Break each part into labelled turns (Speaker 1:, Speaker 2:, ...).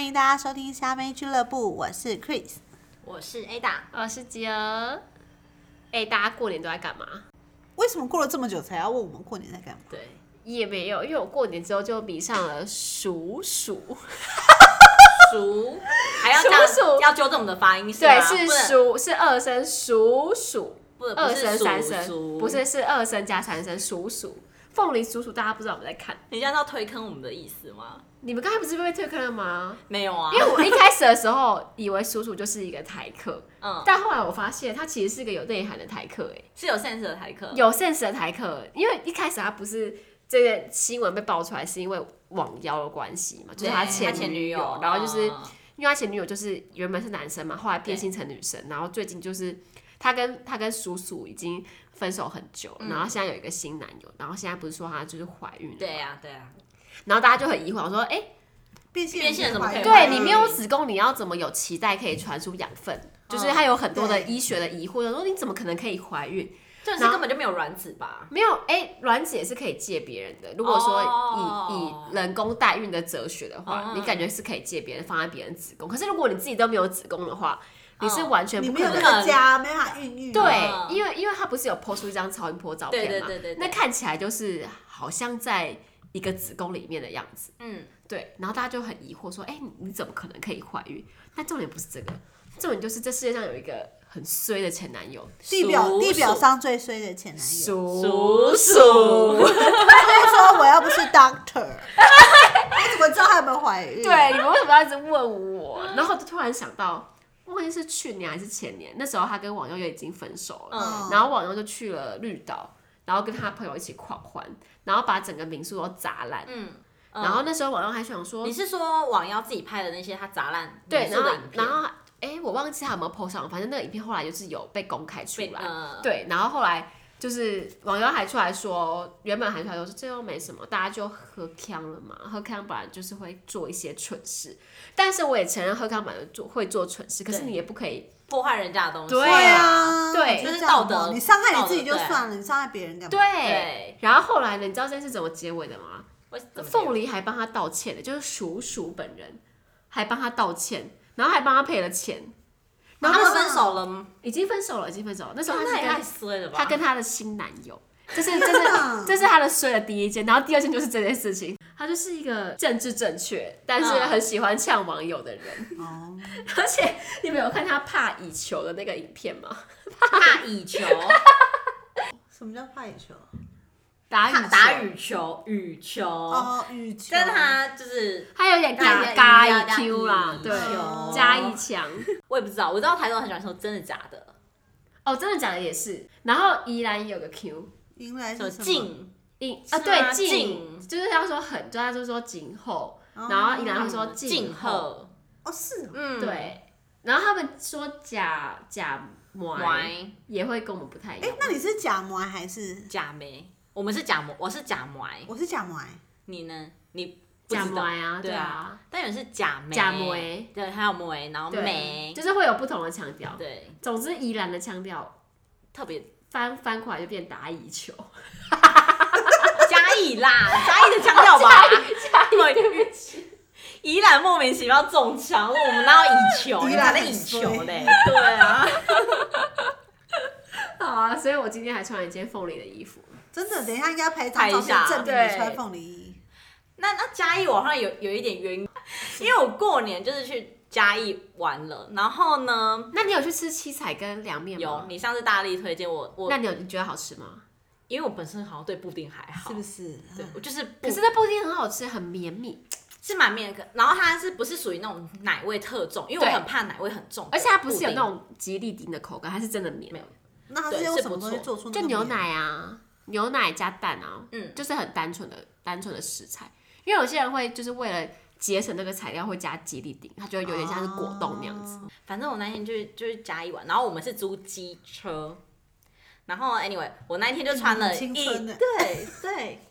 Speaker 1: 迎大家收听虾妹俱乐部，我是 Chris。
Speaker 2: 我是 Ada。
Speaker 3: 我哦是吉儿。哎、大家过年都在干嘛？
Speaker 1: 为什么过了这么久才要问我们过年在干嘛？
Speaker 2: 对，
Speaker 3: 也没有，因为我过年之后就迷上了数数，
Speaker 2: 数 还要
Speaker 3: 数
Speaker 2: 这样
Speaker 3: 数
Speaker 2: 要纠正我们的发音是
Speaker 3: 对，
Speaker 2: 吗？
Speaker 3: 是呃
Speaker 2: 不能，
Speaker 3: 数，是二声数数，
Speaker 2: 不不
Speaker 3: 二
Speaker 2: 是
Speaker 3: 声
Speaker 2: 数
Speaker 3: 三声，
Speaker 2: 数
Speaker 3: 不是是二声加三声数数。凤梨数数，大家不知道我们在看。
Speaker 2: 你这样要推坑我们的意思吗？
Speaker 3: 你们刚才不是被退坑了吗？
Speaker 2: 没有啊
Speaker 3: 因，为我一开始的时候以为数数就是一个台客，
Speaker 2: 嗯，
Speaker 3: 但后来我发现它其实是个有内涵的台客、哎，
Speaker 2: 是有 sense 的台客，
Speaker 3: 有 sense 的台客。因为一开始他不是这个新闻被爆出来，是因为网妖的关系嘛，就是
Speaker 2: 对
Speaker 3: 他
Speaker 2: 前
Speaker 3: 前女友，然后就是
Speaker 2: 嗯
Speaker 3: 因为他前女友就是原本是男生嘛，后来变性成女生，然后最近就是他跟他跟叔叔已经分手很久了，然后现在有一个新男友，然后现在不是说她就是怀孕了，
Speaker 2: 对，呀对啊呀，
Speaker 3: 然后大家就很疑惑，我说哎、
Speaker 1: 变性
Speaker 2: 变性人怎么可以怀
Speaker 3: 对
Speaker 2: 孕
Speaker 3: 你没有子宫，你要怎么有脐带可以传输养分？就是他有很多的
Speaker 1: 对
Speaker 3: 医学的疑惑，就说你怎么可能可以怀孕？
Speaker 2: 就是
Speaker 3: 然后
Speaker 2: 根本就没有卵子吧？
Speaker 3: 没有，哎、卵子也是可以借别人的。如果说以、
Speaker 2: 哦
Speaker 3: 以人工代孕的哲学的话，
Speaker 2: 嗯
Speaker 3: 你感觉是可以借别人放在别人子宫，可是如果你自己都没有子宫的话，你是
Speaker 2: 嗯
Speaker 3: 完全
Speaker 1: 你
Speaker 3: 不
Speaker 1: 没
Speaker 3: 可
Speaker 1: 有
Speaker 3: 能
Speaker 1: 那个家，没办法孕育。
Speaker 2: 嗯
Speaker 3: 对，因为因为他不是有抛出一张超音波照片嘛，
Speaker 2: 对对对对对
Speaker 3: 那看起来就是好像在一个子宫里面的样子，
Speaker 2: 嗯，
Speaker 3: 对，然后大家就很疑惑说，哎、你你怎么可能可以怀孕？但重点不是这个，重点就是这世界上有一个很衰的前男友，
Speaker 1: 地表
Speaker 2: 数
Speaker 1: 地表上最衰的前男友，
Speaker 3: 叔
Speaker 2: 叔
Speaker 3: 叔，
Speaker 1: 他就会说我要不是 doctor，我怎么知道他有没有怀孕？
Speaker 3: 对，你们为什么要一直问我？然后就突然想到，忘记是去年还是前年，那时候他跟网友也已经分手了，
Speaker 1: 嗯
Speaker 3: 然后网友就去了绿岛，然后跟他朋友一起狂欢，然后把整个民宿都砸烂。
Speaker 2: 嗯，嗯
Speaker 3: 然后那时候网友还想说
Speaker 2: 你，是说网妖自己拍的那些他砸烂
Speaker 3: 对，
Speaker 2: 民
Speaker 3: 然
Speaker 2: 宿
Speaker 3: 后
Speaker 2: 的影片
Speaker 3: 然后哎、我忘记他有没有 PO 上，反正那个影片后来就是有被呃公开出
Speaker 2: 被
Speaker 3: 来。
Speaker 2: 嗯
Speaker 3: 对，然后后来就是网友还出来说，原本还出来说这又没什么，大家就喝康了嘛，喝康本来就是会做一些蠢事，但是我也承认喝康本来就做会做蠢事，可是
Speaker 2: 对
Speaker 3: 你也不可以
Speaker 2: 破坏人家的东西，
Speaker 3: 对
Speaker 1: 对啊，
Speaker 3: 对
Speaker 1: 就
Speaker 2: 这是
Speaker 1: 样
Speaker 2: 道
Speaker 1: 嘛
Speaker 2: 德
Speaker 1: 你伤害你自己就算了，你伤害别人干嘛？
Speaker 2: 对，
Speaker 3: 然后后来呢，你知道这件事怎么结尾的吗？
Speaker 2: 为什么
Speaker 3: 凤梨还帮他道歉的，就是鼠鼠本人还帮他道歉，然后还帮他赔了钱，然后
Speaker 2: 他
Speaker 3: 那
Speaker 2: 们
Speaker 3: 时
Speaker 2: 分手了吗？
Speaker 3: 已经分手了，已经分手了。那时候他
Speaker 2: 那
Speaker 3: 是
Speaker 2: 也太
Speaker 3: 跟
Speaker 2: 衰了吧？
Speaker 3: 他跟他的新男友，这是这是这是他的衰的第一件，然后第二件就是这件事情。他就是一个政治正确，但是
Speaker 2: 嗯
Speaker 3: 很喜欢呛网友的人，
Speaker 1: 哦，
Speaker 3: 而且你们有看他怕以球的那个影片吗？
Speaker 2: 打羽球，
Speaker 1: 什么叫怕野球？
Speaker 3: 打
Speaker 2: 他
Speaker 3: 羽
Speaker 2: 打
Speaker 3: 球，
Speaker 2: 羽球，羽球，
Speaker 1: 哦，羽球
Speaker 2: 跟他就是
Speaker 3: 他有点
Speaker 2: 打
Speaker 3: 嘎嘎
Speaker 2: 羽哦
Speaker 3: EQ 啦，对，
Speaker 1: 球
Speaker 3: 加一强。
Speaker 2: 我也不知道，我知道台东很喜欢说真的假的，
Speaker 3: 哦，真的假的也是。然后宜兰也有个 Q，
Speaker 1: 迎来
Speaker 2: 什么
Speaker 1: 是什么？
Speaker 2: 静，
Speaker 3: 因
Speaker 2: 是
Speaker 3: 啊
Speaker 2: 吗
Speaker 3: 对
Speaker 2: 静
Speaker 3: 静，就是要说很，就他就说静后，
Speaker 1: 哦
Speaker 3: 然后宜兰会说
Speaker 2: 嗯静
Speaker 3: 静后，
Speaker 2: 候，
Speaker 1: 哦，是哦
Speaker 2: 嗯，，
Speaker 3: 对。然后他们说假假埋
Speaker 2: 埋
Speaker 3: 也会跟我们不太一
Speaker 1: 哎
Speaker 3: 样，。
Speaker 1: 那你是假模还是？
Speaker 2: 假梅，我们是假模，我是假埋，
Speaker 1: 我是假模，
Speaker 2: 你呢？你不
Speaker 3: 假
Speaker 2: 知道，
Speaker 3: 埋啊，
Speaker 2: 对
Speaker 3: 对
Speaker 2: 啊
Speaker 3: 啊，
Speaker 2: 但有人是假梅，
Speaker 3: 假梅，
Speaker 2: 对，啊还有梅，然后梅
Speaker 3: 对，，就是会有不同的腔调。
Speaker 2: 对，
Speaker 3: 总之宜兰的腔调
Speaker 2: 特别
Speaker 3: 翻翻过来就变打 乙球，
Speaker 2: 嘉义啦，嘉义的腔调吧，
Speaker 3: 加
Speaker 2: 对
Speaker 3: 对不起。
Speaker 2: 宜兰莫名其妙中枪，我们哪有以球？
Speaker 1: 宜
Speaker 2: 你
Speaker 1: 兰
Speaker 2: 才
Speaker 1: 很
Speaker 2: 在以球
Speaker 1: 衰
Speaker 2: 嘞，对啊，
Speaker 3: 好啊，所以我今天还穿了一件凤梨的衣服。
Speaker 1: 真的，等一下应该拍一张照
Speaker 2: 拍一下
Speaker 1: 片证明你
Speaker 3: 对
Speaker 1: 穿凤梨衣。
Speaker 2: 那那嘉义我好像有有一点冤， 因为我过年就是去嘉义玩了，然后呢，
Speaker 3: 那你有去吃七彩跟凉面
Speaker 2: 嗯有
Speaker 3: 吗？
Speaker 2: 你上次大力推荐我，我
Speaker 3: 嗯那你有你觉得好吃吗？
Speaker 2: 因为我本身好像对布丁还好，
Speaker 1: 是不是？
Speaker 2: 对，我就是不
Speaker 3: 可是那布丁很好吃，很绵密，
Speaker 2: 是蛮面的，然后它是不是属于那种奶味特重？因为我
Speaker 3: 对
Speaker 2: 很怕奶味很重的布
Speaker 3: 而
Speaker 2: 丁，
Speaker 3: 且它不是有那种吉利丁的口感，它是真的绵，
Speaker 2: 没有
Speaker 1: 那它是用什么东西做出那个
Speaker 3: 就牛奶啊，牛奶加蛋啊，
Speaker 2: 嗯
Speaker 3: 就是很单纯的单纯的食材。因为有些人会就是为了节省那个材料，会加吉利丁，它就会有点像是果冻那样子。
Speaker 1: 哦
Speaker 2: 反正我那天就是就是嘉义玩，然后我们是租机车，然后 anyway 我那一天就穿了
Speaker 1: 嗯
Speaker 2: 一
Speaker 1: 青春欸
Speaker 2: 对对，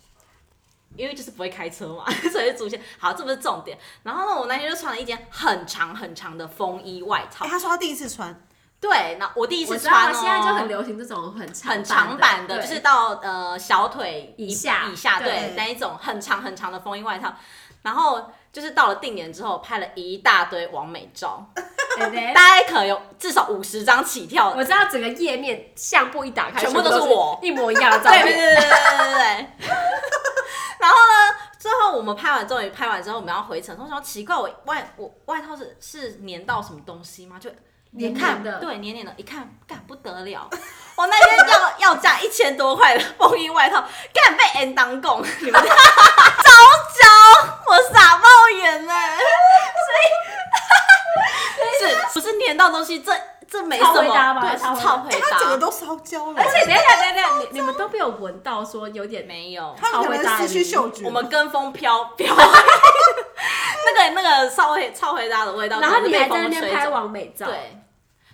Speaker 2: 因为就是不会开车嘛， 所以就租一些好，这不是重点。然后呢，我那天就穿了一件很长很长的风衣外套
Speaker 1: 哎，，他说他第一次穿，
Speaker 2: 对，那我第一
Speaker 3: 我
Speaker 2: 次
Speaker 3: 知道啊
Speaker 2: 穿、哦，
Speaker 3: 现在就很流行这种很长
Speaker 2: 很长版的，
Speaker 3: 对
Speaker 2: 就是到呃小腿
Speaker 3: 以下
Speaker 2: 以下
Speaker 3: 对
Speaker 2: 对那一种很长很长的风衣外套，然后就是到了定点之后拍了一大堆完美照，
Speaker 3: 对哎对
Speaker 2: 大概可能有至少五十张起跳
Speaker 3: 我知道整个页面相簿一打开，
Speaker 2: 全
Speaker 3: 全
Speaker 2: 部都是
Speaker 3: 是
Speaker 2: 我
Speaker 3: 一模一样的照
Speaker 2: 对对
Speaker 3: 片。
Speaker 2: 对对对对对。 然后呢，最后我们拍完，终于拍完之后，我们要回程。我想说奇怪，我外我外套是是粘到什么东西吗？就
Speaker 3: 黏
Speaker 2: 一看
Speaker 3: 黏的
Speaker 2: 对，黏黏的，一看，干不得了！ 我那天要要价一千多块的风衣外套，干被 N 当供，你们 招招，我傻爆眼呢、 所以是不是粘到东西？这这没什
Speaker 3: 超回答
Speaker 2: 么，
Speaker 3: 吧
Speaker 2: 对，
Speaker 3: 超
Speaker 2: 是
Speaker 3: 回
Speaker 2: 超回
Speaker 1: 他整个
Speaker 2: 答，
Speaker 1: 都烧焦了
Speaker 3: 而，且等一下等一下等一下，你你们都没有闻到说有点
Speaker 2: 没有。
Speaker 1: 他们可能失去嗅觉。
Speaker 2: 我们跟风飘 飘，那个那个超回超回答的味道，
Speaker 3: 然后
Speaker 2: 真
Speaker 3: 你
Speaker 2: 的
Speaker 3: 还
Speaker 2: 被
Speaker 3: 在那
Speaker 2: 风
Speaker 3: 边
Speaker 2: 吹
Speaker 3: 拍
Speaker 2: 走。
Speaker 3: 完美照，
Speaker 2: 对，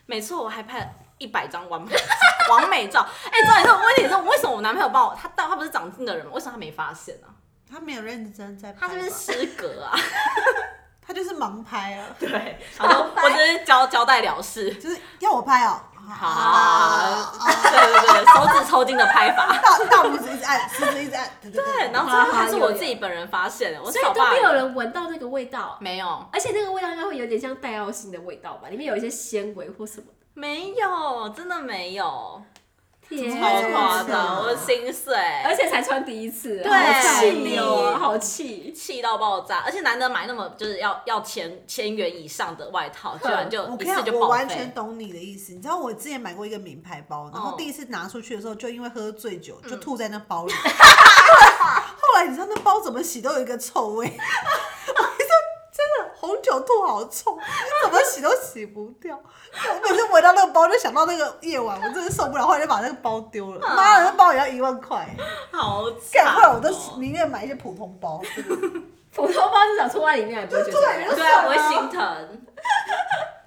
Speaker 2: 没错，我还拍了一百张完美 完美照。哎、重点是问题是为什么我男朋友帮我，他到他不是长进的人吗？为什么他没发现呢、啊？
Speaker 1: 他没有认真在
Speaker 2: 他
Speaker 1: 拍
Speaker 2: 是
Speaker 1: 吧，
Speaker 2: 不是失 格啊？
Speaker 1: 他就是盲拍啊，
Speaker 2: 对，然后我只是交交代了事。
Speaker 1: 就是要我拍哦。
Speaker 2: 好，
Speaker 1: 啊啊
Speaker 2: 对对对，手指抽筋的拍法。
Speaker 1: 大大拇指一直按，食指一直按，对对
Speaker 2: 对，然后
Speaker 3: 好
Speaker 2: 最后
Speaker 3: 好
Speaker 2: 还是
Speaker 3: 有
Speaker 2: 我
Speaker 3: 有
Speaker 2: 自己本人发现的，我
Speaker 3: 所以
Speaker 2: 找
Speaker 3: 都
Speaker 2: 爸
Speaker 3: 没有人闻到那个味道。
Speaker 2: 没有
Speaker 3: 而且那个味道应该会有点像带药性的味道吧，里面有一些纤维或什么的。
Speaker 2: 没有，真的没有。
Speaker 3: 天
Speaker 2: 超夸
Speaker 1: 夸张
Speaker 3: 啊
Speaker 2: 张，我心碎，
Speaker 3: 而且才穿第一次，啊
Speaker 2: 对
Speaker 3: 好气哦，
Speaker 1: 气
Speaker 3: 好气！
Speaker 2: 气到爆炸，而且难得买那么就是要要千千元以上的外套，居然就
Speaker 1: 我
Speaker 2: 一
Speaker 1: 跟
Speaker 2: 次
Speaker 1: 你
Speaker 2: 就
Speaker 1: 讲，我
Speaker 2: 报
Speaker 1: 完全
Speaker 2: 废。
Speaker 1: 懂你的意思。你知道我之前买过一个名牌包，然
Speaker 2: 嗯
Speaker 1: 后第一次拿出去的时候，就因为喝醉酒就吐在那包 里。后来你知道那包怎么洗都有一个臭味，我 跟你说真的红酒吐好臭，怎么洗都洗不掉。我每次闻到那个包，就想到那个夜晚，我真的受不了，后来就把那个包丢了。
Speaker 2: 嗯
Speaker 1: 妈的，那包也要一万块，
Speaker 2: 好惨、
Speaker 1: 干
Speaker 2: 哦！
Speaker 1: 后来我都宁愿买一些普通包。
Speaker 3: 普通包至少戳在里面，也不会觉得怎么样。
Speaker 1: 对
Speaker 2: 对啊，我会心疼。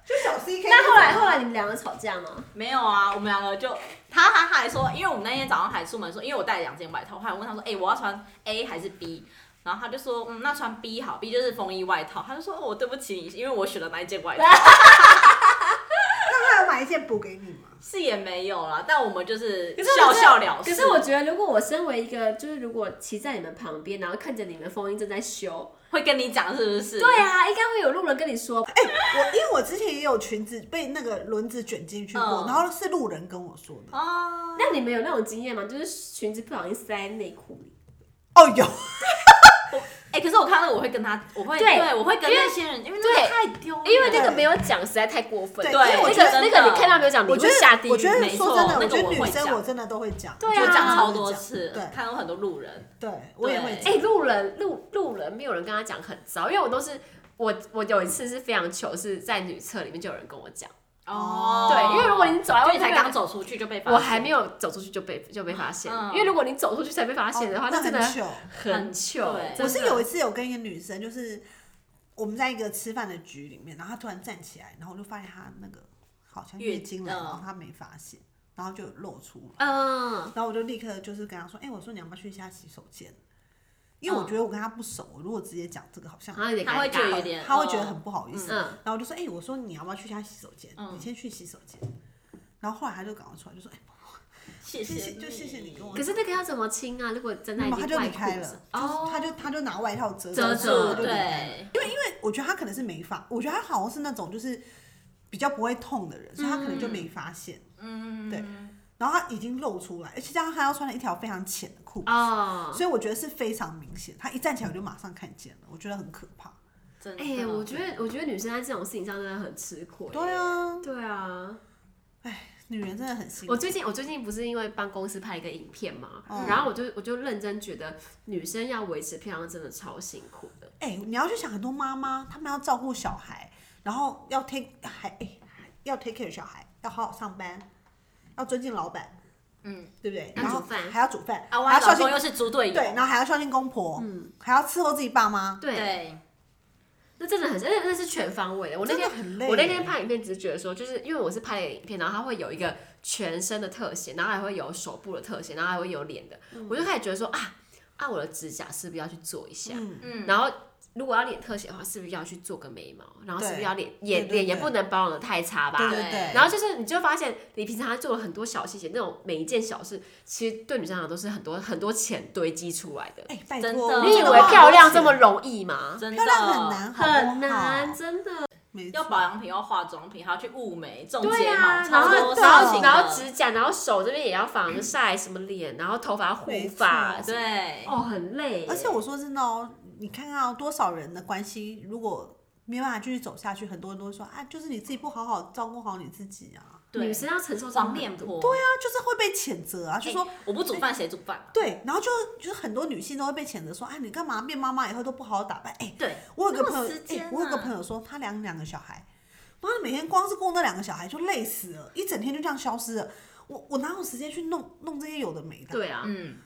Speaker 1: 就小 CK 种。
Speaker 3: 那后来后来你们两个吵架吗？
Speaker 2: 没有啊，我们两个就他他他还说，因为我们那天早上还出门说，因为我带了两件外套，后来我问他说，哎、我要穿 A 还是 B？然后他就说，嗯，那穿 B 好，B 就是风衣外套。他就说，哦，我对不起你，因为我选了那一件 外套。
Speaker 1: 那他有买一件补给你吗？
Speaker 2: 是也没有啦，但我们就是
Speaker 3: 可是
Speaker 2: 笑
Speaker 3: 我觉得
Speaker 2: 笑了事。
Speaker 3: 可是我觉得，如果我身为一个，就是如果骑在你们旁边，然后看着你们风衣正在修，
Speaker 2: 会跟你讲是不是？
Speaker 3: 对啊，应该会有路人跟你说，哎
Speaker 1: 我因为我之前也有裙子被那个轮子卷进去过，
Speaker 2: 嗯
Speaker 1: 然后是路人跟我说的。
Speaker 2: 啊，
Speaker 3: 那你们有那种经验吗？就是裙子不小心塞在内裤里，
Speaker 1: 哦，有，
Speaker 2: 哎、可是我看到那个我会跟他，我会
Speaker 3: 对
Speaker 2: 我会跟
Speaker 3: 因为
Speaker 2: 那些人，因为那个
Speaker 3: 对
Speaker 2: 太丢脸了，
Speaker 3: 因为那个没有讲实在太过分，
Speaker 1: 对
Speaker 2: 对
Speaker 1: 因为我
Speaker 3: 那
Speaker 1: 觉
Speaker 3: 个
Speaker 1: 得
Speaker 2: 真
Speaker 3: 那
Speaker 2: 的
Speaker 3: 个你看到没有讲，你
Speaker 1: 我
Speaker 3: 会
Speaker 1: 觉
Speaker 3: 下地
Speaker 1: 得，
Speaker 3: 狱。
Speaker 1: 我觉得
Speaker 2: 没错
Speaker 1: 说真的，
Speaker 2: 那
Speaker 1: 我
Speaker 2: 个
Speaker 1: 觉得
Speaker 2: 我
Speaker 1: 女
Speaker 2: 会
Speaker 1: 生
Speaker 2: 讲
Speaker 1: 我真的都会讲，
Speaker 3: 对啊
Speaker 2: 我
Speaker 1: 我
Speaker 2: 讲超多次，
Speaker 1: 对
Speaker 2: 看到很多路人，
Speaker 1: 对，我也会
Speaker 2: 对
Speaker 1: 讲
Speaker 3: 哎、。路人路路人没有人跟他讲很糟，因为我都是我我有一次是非常糗，是在女厕里面就有人跟我讲，
Speaker 1: 哦
Speaker 3: 对，因为如果你走在
Speaker 2: 就
Speaker 3: 外
Speaker 2: 你
Speaker 3: 面
Speaker 2: 才刚，走出去就被发现，
Speaker 3: 我还没有走出去就被就被发现，
Speaker 2: 嗯
Speaker 3: 因为如果你走出去才被发现的话，
Speaker 1: 哦那
Speaker 3: 真
Speaker 1: 很
Speaker 3: 的
Speaker 1: 糗。
Speaker 3: 很糗
Speaker 2: 对。
Speaker 3: 真的
Speaker 1: 我是有一次有跟一个女生，就是我们在一个吃饭的局里面，然后她突然站起来，然后我就发现她那个好像
Speaker 2: 月
Speaker 1: 月经来，
Speaker 2: 嗯
Speaker 1: 然后她没发现，然后就露出来。
Speaker 3: 嗯，
Speaker 1: 然后我就立刻就是跟她说：“哎，我说你要不要去一下洗手间？”因为我
Speaker 2: 嗯
Speaker 1: 觉得我跟她不熟，如果直接讲这个好像
Speaker 3: 然后有点
Speaker 2: 他会
Speaker 3: 尴
Speaker 2: 觉得有
Speaker 3: 尬。
Speaker 2: 点，
Speaker 1: 他会觉得很不好意思。
Speaker 3: 嗯
Speaker 1: 然后我就说，哎、我说你要不要去一下洗手间？
Speaker 2: 嗯
Speaker 1: 你先去洗手间。然后后来他就赶快出来，就说，哎、
Speaker 2: 嗯，谢
Speaker 1: 谢
Speaker 2: 谢，
Speaker 1: 谢就谢谢你跟我
Speaker 3: 可是那个要怎么清啊？如果真的哦已
Speaker 1: 妈妈他
Speaker 3: 经
Speaker 1: 就
Speaker 3: 外
Speaker 1: 离
Speaker 3: 裤
Speaker 1: 开了，就是他就他就拿外套遮
Speaker 3: 遮
Speaker 1: 住，他
Speaker 3: 住
Speaker 1: 就离开了因
Speaker 2: 对，
Speaker 1: 为因为我觉得他可能是没发，我觉得他好像是那种就是比较不会痛的人，所以他可能就没发现。
Speaker 2: 嗯，
Speaker 1: 对然后他已经露出来，而且加上他要穿了一条非常浅的裤子，
Speaker 3: 哦。
Speaker 1: 所以我觉得是非常明显。他一站起来我就马上看见了，我觉得很可怕。
Speaker 2: 真的，
Speaker 3: 哎、我觉
Speaker 2: 嗯
Speaker 3: 得我觉得女生在这种事情上真的很吃亏。
Speaker 1: 对，啊，
Speaker 3: 对啊。
Speaker 1: 女人真的很辛苦
Speaker 3: 我。最近我最近不是因为帮公司拍一个影片嘛，
Speaker 1: 嗯
Speaker 3: 然后我就我就认真觉得女生要维持漂亮真的超辛苦的。
Speaker 1: 哎、你要去想很多妈妈，她们要照顾小孩，然后要 take 还、哎要 take care 小孩，要好好上班，要尊敬老板，
Speaker 2: 嗯，
Speaker 1: 对不对？
Speaker 3: 要
Speaker 1: 然后
Speaker 3: 煮饭
Speaker 1: 还要煮饭，
Speaker 2: 啊，我
Speaker 1: 还要
Speaker 2: 老
Speaker 1: 孝
Speaker 2: 公
Speaker 1: 敬
Speaker 2: 又是猪队友，
Speaker 1: 对，然后还要孝敬公婆，嗯，还要伺候自己爸妈，
Speaker 3: 对，
Speaker 2: 对，
Speaker 3: 那真的很，那那是全方位的。我那
Speaker 1: 真的
Speaker 3: 天
Speaker 1: 很累。欸
Speaker 3: 我那天，拍影片只是觉得说，就是因为我是拍了影片，然后它会有一个全身的特写，然后还会有手部的特写，然后还
Speaker 1: 嗯
Speaker 3: 会有脸的，我就开始觉得说啊啊，我的指甲是不是要去做一下？
Speaker 1: 嗯，
Speaker 2: 嗯，
Speaker 3: 然后如果要脸特写的话，是不是要去做个眉毛？然后是不是
Speaker 1: 对
Speaker 3: 要脸
Speaker 1: 对
Speaker 3: 眼
Speaker 1: 对
Speaker 3: 脸也
Speaker 1: 对
Speaker 3: 不能保养的太差吧？
Speaker 1: 对对对，
Speaker 3: 然后就是，你就发现你平常做了很多小细节，那种每一件小事，其实对女生来讲都是很多很多钱堆积出来的。
Speaker 1: 哎、拜
Speaker 2: 真
Speaker 1: 托，
Speaker 2: 的
Speaker 1: 我
Speaker 3: 你以
Speaker 1: 真的
Speaker 3: 为
Speaker 1: 花
Speaker 3: 漂亮
Speaker 1: 很
Speaker 3: 这
Speaker 1: 多
Speaker 3: 么
Speaker 1: 钱
Speaker 3: 容易吗？
Speaker 2: 真
Speaker 1: 漂
Speaker 2: 的
Speaker 1: 亮很，难，好不好
Speaker 3: 很难，，真的。
Speaker 1: 没
Speaker 2: 要
Speaker 1: 错
Speaker 2: 保养品，要化妆品，还要去雾眉、种
Speaker 3: 对
Speaker 2: 睫毛，
Speaker 3: 啊呀，然
Speaker 2: 超
Speaker 3: 后
Speaker 2: 多
Speaker 1: 真
Speaker 3: 然
Speaker 2: 事
Speaker 3: 后
Speaker 2: 情的。
Speaker 3: 然后指甲，然后手这边也要防晒，什么脸，然后头发护
Speaker 1: 没
Speaker 3: 发，
Speaker 1: 错
Speaker 2: 对，
Speaker 3: 哦，很累耶。
Speaker 1: 而且我说真的哦，你看看、哦、多少人的关系，如果没办法继续走下去，很多人都会说啊，就是你自己不好好照顾好你自己啊，
Speaker 2: 对
Speaker 3: 女生要承受这种
Speaker 2: 黄脸
Speaker 3: 很多
Speaker 2: 婆，
Speaker 1: 对
Speaker 2: 啊，
Speaker 1: 啊，就是会被谴责
Speaker 3: 哎
Speaker 1: 啊，就说。
Speaker 2: 我不煮饭谁煮饭啊？
Speaker 1: 对，然后就就是很多女性都会被谴责说，哎，你干嘛变妈妈以后都不好好打扮？哎，
Speaker 2: 对，
Speaker 1: 我有个
Speaker 2: 哪有
Speaker 1: 朋友，
Speaker 2: 时
Speaker 1: 哎、
Speaker 2: 间
Speaker 1: 我有个
Speaker 2: 啊
Speaker 1: 朋友说，他养两个小孩，妈的，每天光是顾那两个小孩就累死了，一整天就这样消失了。我我哪有时间去弄弄这些有的没的？
Speaker 3: 对啊。
Speaker 2: 嗯，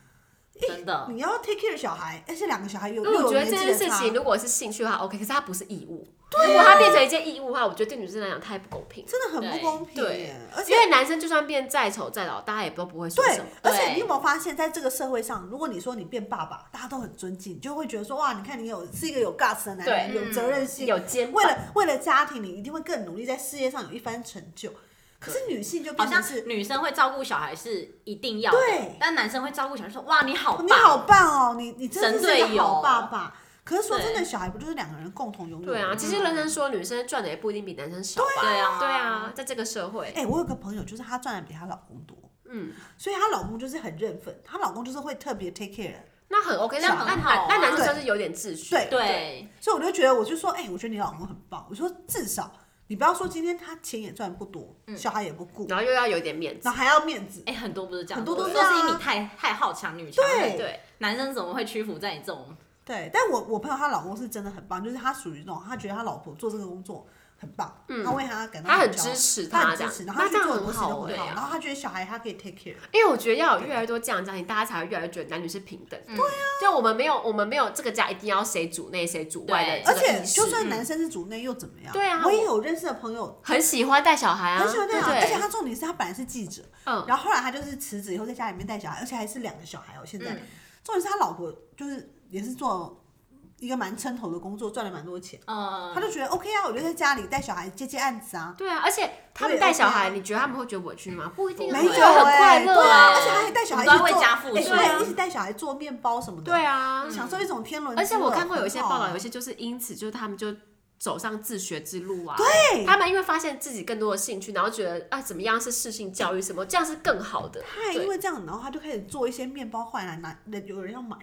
Speaker 1: 欸
Speaker 2: 真的，
Speaker 1: 你要 take care 小孩，而且两个小孩有，
Speaker 3: 因为
Speaker 1: 又有
Speaker 3: 我觉得这
Speaker 1: 年纪
Speaker 3: 件
Speaker 1: 的
Speaker 3: 事
Speaker 1: 差啊
Speaker 3: 情如果是兴趣的话 OK，可是它不是义务。如果它变成一件义务的话，我觉得对女生来讲太不公平了。
Speaker 1: 真的很不
Speaker 2: 对
Speaker 1: 公平
Speaker 3: 对
Speaker 1: 耶。而且
Speaker 3: 因为男生就算变再丑再老，大家也都不会说
Speaker 1: 对
Speaker 3: 什么。，
Speaker 1: 而且
Speaker 2: 对
Speaker 1: 你有没有发现，在这个社会上，如果你说你变爸爸，大家都很尊敬，就会觉得说哇，你看你有是一个有 guts 的男人，
Speaker 2: 对
Speaker 1: 有责任心，
Speaker 3: 有肩
Speaker 1: 为
Speaker 3: 膀，
Speaker 1: 了为了家庭，你一定会更努力，在事业上有一番成就。可是女性就
Speaker 2: 好
Speaker 1: 变
Speaker 2: 像
Speaker 1: 成是。
Speaker 2: 女生会照顾小孩是一定要的，
Speaker 1: 对
Speaker 2: 但男生会照顾小孩说哇你好棒，
Speaker 1: 你好棒哦，你你真的
Speaker 2: 神
Speaker 1: 是一
Speaker 2: 队
Speaker 1: 个
Speaker 2: 友
Speaker 1: 好爸爸。可是说
Speaker 2: 对
Speaker 1: 真的，小孩不就是两个人共同拥有的
Speaker 3: 对
Speaker 1: 吗？
Speaker 3: 啊，其实人人说女生赚的也不一定比男生少吧？
Speaker 2: 对啊
Speaker 3: 对啊，在这个社会，
Speaker 1: 哎、我有个朋友，就是她赚的比她老公多，
Speaker 3: 嗯，
Speaker 1: 所以她老公就是很认份，她老公就是会特别 take care 人。
Speaker 3: 那很 OK，那
Speaker 2: 小孩
Speaker 3: 那
Speaker 2: 很好
Speaker 3: 男
Speaker 2: 啊
Speaker 3: 那男生算是有点秩序，
Speaker 1: 对
Speaker 2: 对，
Speaker 1: 所以我就觉得，我就说，哎、我觉得你老公很棒。我说至少你不要说今天他钱也赚不多，小孩也不顾，
Speaker 3: 嗯然后又要有点面子
Speaker 1: 然，后还要面子。
Speaker 2: 哎、很多不是这样，
Speaker 1: 很多都
Speaker 2: 说
Speaker 1: 这样啊
Speaker 2: 是因为你太太好强女强，
Speaker 1: 对
Speaker 3: 对，
Speaker 2: 男生怎么会屈服在你这种？
Speaker 1: 对，但我我朋友她老公是真的很棒，就是他属于那种他觉得他老婆做这个工作很棒，他为他感到
Speaker 3: 他嗯很
Speaker 1: 骄傲
Speaker 3: 支持
Speaker 1: 他
Speaker 3: 他
Speaker 1: 很
Speaker 3: 这
Speaker 1: 支
Speaker 3: 样
Speaker 1: 持，，然后
Speaker 3: 那
Speaker 1: 他
Speaker 3: 这
Speaker 1: 去做
Speaker 3: 样
Speaker 1: 很多
Speaker 3: 很
Speaker 1: 事都
Speaker 3: 好，哎
Speaker 1: 会
Speaker 3: 对
Speaker 1: 好，然
Speaker 3: 啊。
Speaker 1: 后他觉得小孩他可以 take care。
Speaker 3: 因为我觉得要有越来越多这样的家庭，大家才会越来越觉得男女是平等。对啊，就我们没有，我们没有这个家一定要谁主内谁主外的
Speaker 2: 对
Speaker 1: 而
Speaker 3: 这个
Speaker 1: 且
Speaker 3: 意识
Speaker 1: 就。算男生是主内又怎么样？
Speaker 3: 对啊
Speaker 1: 我也有认识的朋友
Speaker 3: 很喜欢带小孩啊，
Speaker 1: 很喜欢带小孩，而
Speaker 3: 对不
Speaker 1: 且
Speaker 3: 对
Speaker 1: 他重点是他本来是记者，
Speaker 3: 嗯
Speaker 1: 然后后来他就是辞职以后在家里面带小孩，而且还是两个小孩哦。现在、
Speaker 2: 嗯
Speaker 1: 重点是他老婆就是也是做一个蛮撑头的工作，赚了蛮多钱，
Speaker 2: 嗯，
Speaker 1: 他就觉得 OK 啊，我就在家里带小孩接接案子啊，
Speaker 3: 对啊，而且他
Speaker 1: 我
Speaker 3: 们
Speaker 1: 也
Speaker 3: 带小
Speaker 1: OK 啊
Speaker 3: 孩，你觉得他们会觉得委屈吗？不一定啊，
Speaker 1: 没有
Speaker 2: 我
Speaker 3: 我觉得很快
Speaker 1: 哎、
Speaker 3: 乐
Speaker 1: 对啊，
Speaker 2: 欸
Speaker 1: 而且他还带小孩一
Speaker 2: 我们
Speaker 1: 起
Speaker 2: 都为
Speaker 1: 做，
Speaker 2: 家付
Speaker 1: 哎
Speaker 2: 出
Speaker 1: 他还一起带小孩做面包什么的，
Speaker 3: 对啊，
Speaker 1: 享受一种天伦之乐。啊
Speaker 3: 而且我看过有一些报道，有一
Speaker 1: 些
Speaker 3: 些就是因此就是他们就走上自学之路啊。对，他们因为发现自己更多的兴趣，然后觉得啊怎么样是适性教育什么，这样是更好的，
Speaker 1: 他还因
Speaker 3: 对，
Speaker 1: 为这样，然后他就开始做一些面包，换来拿人有人要买，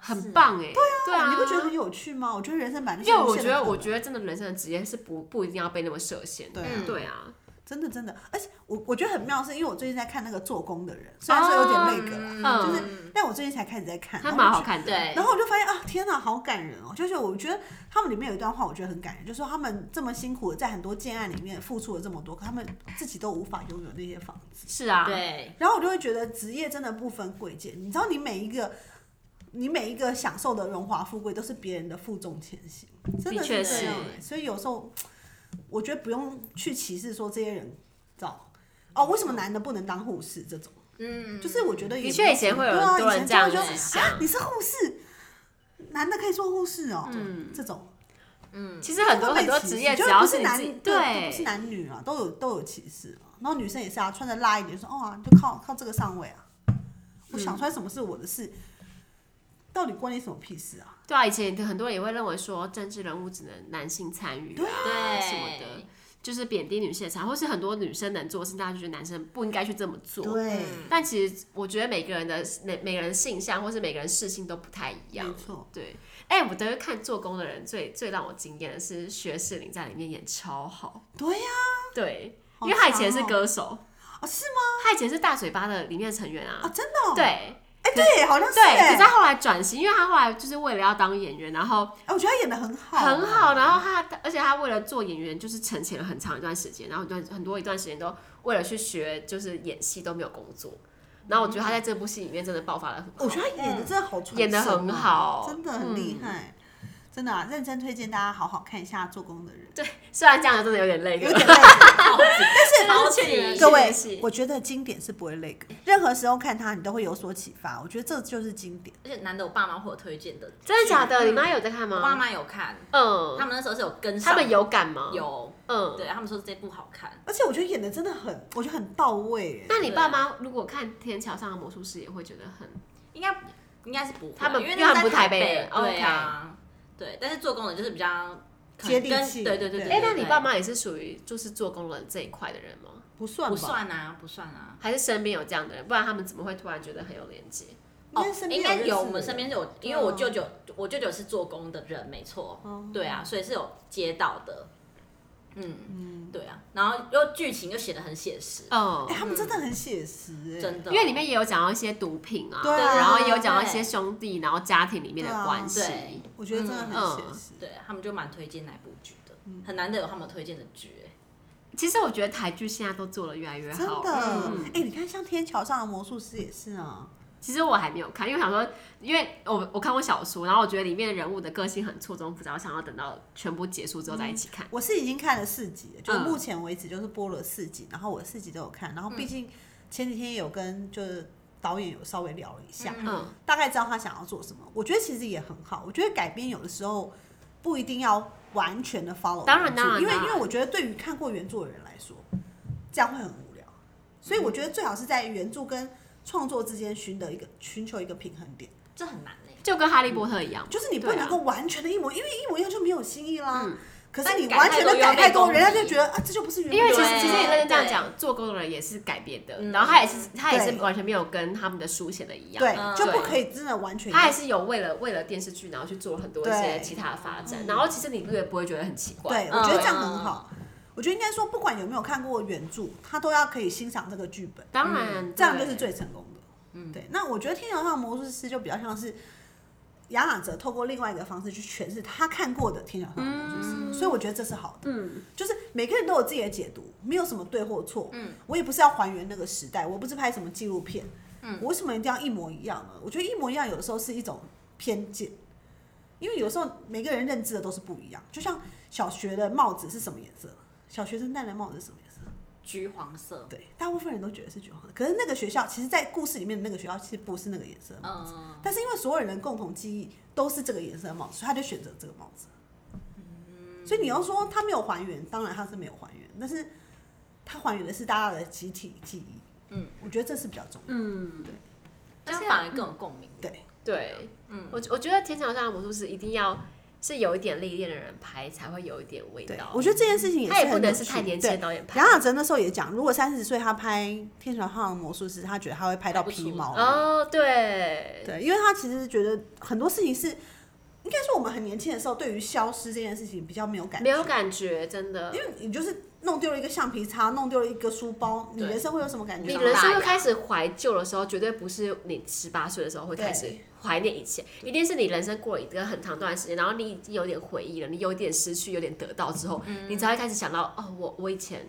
Speaker 3: 很
Speaker 1: 欸
Speaker 3: 棒哎。对啊，对啊，
Speaker 1: 你不觉得很有趣吗？我觉得人生本来就是
Speaker 3: 因为
Speaker 1: 无
Speaker 3: 我
Speaker 1: 限
Speaker 3: 觉
Speaker 1: 的
Speaker 3: 得，
Speaker 1: 可
Speaker 3: 我
Speaker 1: 能
Speaker 3: 觉得真的人生的职业是不不一定要被那么设限的。
Speaker 1: 对啊
Speaker 2: 嗯
Speaker 3: 对啊，
Speaker 1: 真的真的，而且我我觉得很妙，是因为我最近在看那个做工的人，虽然说有点那个啦，
Speaker 3: 嗯
Speaker 1: 就是但我最近才开始在看，
Speaker 3: 还
Speaker 1: 然后
Speaker 3: 蛮
Speaker 1: 我
Speaker 3: 好
Speaker 1: 就
Speaker 3: 看的。
Speaker 2: 对
Speaker 1: 然后我就发现啊，天哪，好感人哦！就是我觉得他们里面有一段话，我觉得很感人，就是说他们这么辛苦的在很多建案里面付出了这么多，可他们自己都无法拥有那些房子。
Speaker 3: 是啊，
Speaker 2: 对，
Speaker 1: 然后我就会觉得职业真的不分贵贱，你知道，你每一个你每一个享受的荣华富贵都是别人的负重前行，真的
Speaker 3: 的确
Speaker 1: 这
Speaker 2: 是
Speaker 1: 样欸。所以有时候嗯我觉得不用去歧视说这些人，知道哦，为什么男的不能当护士这种？
Speaker 2: 嗯，
Speaker 1: 就是我觉得也
Speaker 3: 的
Speaker 1: 没
Speaker 3: 确以前会有
Speaker 1: 对啊
Speaker 3: 很多
Speaker 1: 以
Speaker 3: 人
Speaker 1: 前
Speaker 3: 这样
Speaker 1: 就
Speaker 3: 子
Speaker 1: 会说
Speaker 3: 想。
Speaker 1: 啊你是护士，男的可以做护士哦，
Speaker 3: 嗯
Speaker 1: 这种
Speaker 3: 其实很多
Speaker 1: 都被
Speaker 3: 很多
Speaker 1: 歧
Speaker 3: 职
Speaker 1: 视
Speaker 3: 业
Speaker 1: 就
Speaker 3: 只要
Speaker 1: 不
Speaker 3: 是
Speaker 1: 是
Speaker 3: 你
Speaker 1: 男
Speaker 3: 自己
Speaker 1: 对，都不是男女啊，都有都有歧视啊。然后女生也是啊，穿的辣一点说哦啊，就靠靠这个上位啊，我
Speaker 3: 嗯
Speaker 1: 想哎穿什么是我的事，到底关你什么屁事啊？
Speaker 3: 对啊，以前很多人也会认为说政治人物只能男性参与啊
Speaker 2: 对
Speaker 3: 什么的，就是贬低女性的产业，或是很多女生能做的事，大家就觉得男生不应该去这么做。
Speaker 1: 对，
Speaker 2: 嗯
Speaker 3: 但其实我觉得每个人的每每个人性向或是每个人事性都不太一样
Speaker 1: 没。错，
Speaker 3: 对，哎、我等于看做工的人最最让我惊艳的是薛仕凌在里面演超好。
Speaker 1: 对
Speaker 3: 呀、对，
Speaker 1: 啊好
Speaker 3: 因为他以前是
Speaker 1: 强哦
Speaker 3: 歌手，
Speaker 1: 哦是吗？
Speaker 3: 他以前是大嘴巴的里面成员
Speaker 1: 啊
Speaker 3: 啊。
Speaker 1: 真的哦，
Speaker 3: 对
Speaker 1: 哎对，好像是
Speaker 3: 对，可是
Speaker 1: 哎，
Speaker 3: 他后来转型，因为他后来就是为了要当演员，然后
Speaker 1: 哎我觉得他演的很好，
Speaker 3: 很好。然后他，而且他为了做演员，就是沉潜了很长一段时间，然后一段很多一段时间都为了去学，就是演戏都没有工作。然后我觉得他在这部戏里面真的爆发了很好，
Speaker 1: 我觉得他演的真的好传神哦、
Speaker 3: 嗯演得很好嗯
Speaker 1: 真的很厉害，真的、啊、认真推荐大家好好看一下《做工的人
Speaker 3: 虽然这样真的有点累，
Speaker 1: 有点累，》，
Speaker 2: 但
Speaker 1: 但是
Speaker 3: 去你们
Speaker 1: 各位
Speaker 3: 学习，
Speaker 1: 我觉得经典是不会累的，任何时候看它，你都会有所启发。我觉得这就是经典。
Speaker 2: 而且难得我爸妈会有推荐的剧，
Speaker 3: 真的假的？
Speaker 2: 嗯
Speaker 3: 你妈有在看
Speaker 2: 我爸
Speaker 3: 吗？
Speaker 2: 妈有看，
Speaker 3: 嗯，
Speaker 2: 他们那时候是有跟上，
Speaker 3: 他们有感吗？，
Speaker 2: 有，
Speaker 3: 嗯。
Speaker 2: 对他们说这部好看，
Speaker 1: 而且我觉得演的真的很，我觉得很到位耶。
Speaker 3: 那你爸妈如果看《天桥上的魔术师》，也会觉得很
Speaker 2: 应该应该是不会，
Speaker 3: 他们
Speaker 2: 因为
Speaker 3: 因为他
Speaker 2: 那
Speaker 3: 们
Speaker 2: 在
Speaker 3: 不台北
Speaker 2: 北
Speaker 3: 人
Speaker 2: 对啊，对，但是做工的就是比较可能
Speaker 1: 接地
Speaker 2: 跟
Speaker 1: 气
Speaker 2: 对对对
Speaker 1: 对
Speaker 2: 对。
Speaker 3: 哎、
Speaker 2: 对
Speaker 3: 那你
Speaker 2: 对
Speaker 3: 爸妈也是属于就是做工人这一块的人吗？
Speaker 1: 不算吧？
Speaker 2: 不算啊，不算啊。
Speaker 3: 还是身边有这样的人？不然他们怎么会突然觉得很有连接？
Speaker 1: 应该身边
Speaker 2: 哦应该
Speaker 1: 有认识的
Speaker 2: 有，
Speaker 1: 人
Speaker 2: 我们身边有，因为我舅舅，我舅舅是做工的人，没错，
Speaker 3: 哦
Speaker 2: 对啊，所以是有接到的，嗯嗯，对啊，然后又剧情又写的很写实，
Speaker 3: 嗯
Speaker 1: 哎、他们真的很写实哎，
Speaker 2: 嗯真的，
Speaker 3: 因为里面也有讲到一些毒品啊，
Speaker 1: 对啊
Speaker 3: 然后也有讲到一些兄弟，然后家庭里面的关系。
Speaker 2: 对
Speaker 1: 我觉得真的很
Speaker 3: 嗯
Speaker 1: 写
Speaker 3: 嗯
Speaker 1: 实。
Speaker 2: 对他们就蛮推荐那部剧的，很难得有他们推荐的剧，哎
Speaker 3: 其实我觉得台剧现在都做的越来越
Speaker 1: 真
Speaker 3: 好
Speaker 1: 的，
Speaker 3: 了。
Speaker 1: 哎、
Speaker 3: 嗯
Speaker 1: 你看像《天桥上的魔术师》也是啊，
Speaker 3: 其实我还没有看，因为我想说，因为我我看过小说，然后我觉得里面人物的个性很错综复杂，我想要等到全部结束之后再一起看。
Speaker 1: 我是已经看了四集了，就是
Speaker 3: 嗯
Speaker 1: 目前为止就是播了四集，然后我四集都有看，然后毕竟前几天有跟就是导演有稍微聊了一下，
Speaker 2: 嗯
Speaker 3: 嗯，
Speaker 1: 大概知道他想要做什么。我觉得其实也很好，我觉得改编有的时候不一定要完全的 follow
Speaker 3: 当然
Speaker 1: 原著
Speaker 3: 当然
Speaker 1: 因为
Speaker 3: 当
Speaker 1: 因
Speaker 3: 然
Speaker 1: 为我觉得对于看过原著的人来说，这样会很无聊，所以
Speaker 3: 嗯
Speaker 1: 我觉得最好是在原著跟创作之间寻得一个寻求一个平衡点，
Speaker 2: 这很难哎，
Speaker 3: 就跟哈利波特一样，
Speaker 1: 就是你不
Speaker 3: 对啊
Speaker 1: 能够完全的一模，因为一模一样就没有新意啦。
Speaker 3: 嗯
Speaker 1: 可是你
Speaker 2: 但改
Speaker 1: 完全的
Speaker 2: 太多又
Speaker 1: 改
Speaker 2: 要被
Speaker 1: 太多，
Speaker 2: 攻
Speaker 1: 人家
Speaker 2: 击
Speaker 1: 就觉得啊，这就不是原著。
Speaker 3: 因为其实
Speaker 2: 对
Speaker 3: 其实你认真这样
Speaker 2: 对
Speaker 3: 讲，做工的人也是改编的，
Speaker 2: 嗯
Speaker 3: 然后他也是他也是
Speaker 1: 对
Speaker 3: 完全没有跟他们的书写的一样，
Speaker 1: 对，
Speaker 2: 嗯
Speaker 1: 就不
Speaker 3: 对
Speaker 1: 可以真的完全一
Speaker 3: 他
Speaker 1: 样。
Speaker 3: 还是有为了为了电视剧，然后去做很多一些
Speaker 1: 对嗯
Speaker 3: 其他的发展，然后其实你也不会觉得很奇怪，
Speaker 1: 对，我觉得这样
Speaker 2: 嗯
Speaker 1: 很好。我觉得应该说，不管有没有看过原著，他都要可以欣赏这个剧本。
Speaker 3: 当然、
Speaker 1: 嗯这样就
Speaker 3: 对
Speaker 1: 是最成功的。嗯，对。那我觉得《天桥上的魔术师》就比较像是杨雅哲透过另外一个方式去诠释他看过的《天桥上的魔术师》所以我觉得这是好的。嗯，就是每个人都有自己的解读，没有什么对或错。嗯，我也不是要还原那个时代，我不是拍什么纪录片。嗯，我为什么一定要一模一样呢？我觉得一模一样有的时候是一种偏见。因为有时候每个人认知的都是不一样，就像小学的帽子是什么颜色，小学生戴的帽子是什么颜色，
Speaker 2: 橘黄色，
Speaker 1: 对，大部分人都觉得是橘黄色。可是那个学校，其实，在故事里面的那个学校，其实不是那个颜色
Speaker 3: 哦
Speaker 1: 的帽子。
Speaker 2: 嗯，
Speaker 1: 但是因为所有人的共同记忆都是这个颜色的帽子，所以他就选择这个帽子。
Speaker 3: 嗯
Speaker 1: 所以你要说他没有还原，当然他是没有还原，但是他还原的是大家的集体记忆。
Speaker 2: 嗯，
Speaker 1: 我觉得这是比较重要。
Speaker 3: 嗯，
Speaker 2: 这样反而更有共鸣，
Speaker 1: 对，
Speaker 3: 对，
Speaker 2: 嗯
Speaker 3: 我我觉得《天桥上的魔术师》一定要是有一点历练的人拍，才会有一点味
Speaker 1: 对
Speaker 3: 道。，
Speaker 1: 我觉得这件事情也是
Speaker 3: 啊他也不
Speaker 1: 很
Speaker 3: 能
Speaker 1: 有
Speaker 3: 是
Speaker 1: 趣
Speaker 3: 太年轻的
Speaker 1: 对
Speaker 3: 导演拍
Speaker 1: 杨。雅哲那时候也讲，如果三十岁他拍《天桥上的魔术师》，他觉得他会拍到
Speaker 2: 拍不出
Speaker 1: 皮毛。
Speaker 2: 来
Speaker 3: 哦，对，
Speaker 1: 对，因为他其实觉得很多事情是，应该说我们很年轻的时候，对于消失这件事情比较没有感觉，
Speaker 3: 没有感觉，真的
Speaker 1: 因。为你就是弄丢了一个橡皮擦，弄丢了一个书包，你
Speaker 2: 对
Speaker 1: 人生会有什么感觉
Speaker 3: 你
Speaker 1: 吗？
Speaker 2: 人
Speaker 3: 人生
Speaker 2: 大
Speaker 3: 又
Speaker 2: 呀
Speaker 3: 开始怀旧的时候，绝对不是你十八岁的时候会开始
Speaker 1: 对
Speaker 3: 怀念以前，一定是你人生过了一个很长段时间，然后你已经有点回忆了，你有点失去，有点得到之后，
Speaker 1: 嗯
Speaker 3: 你才会开始想到，哦，我我以前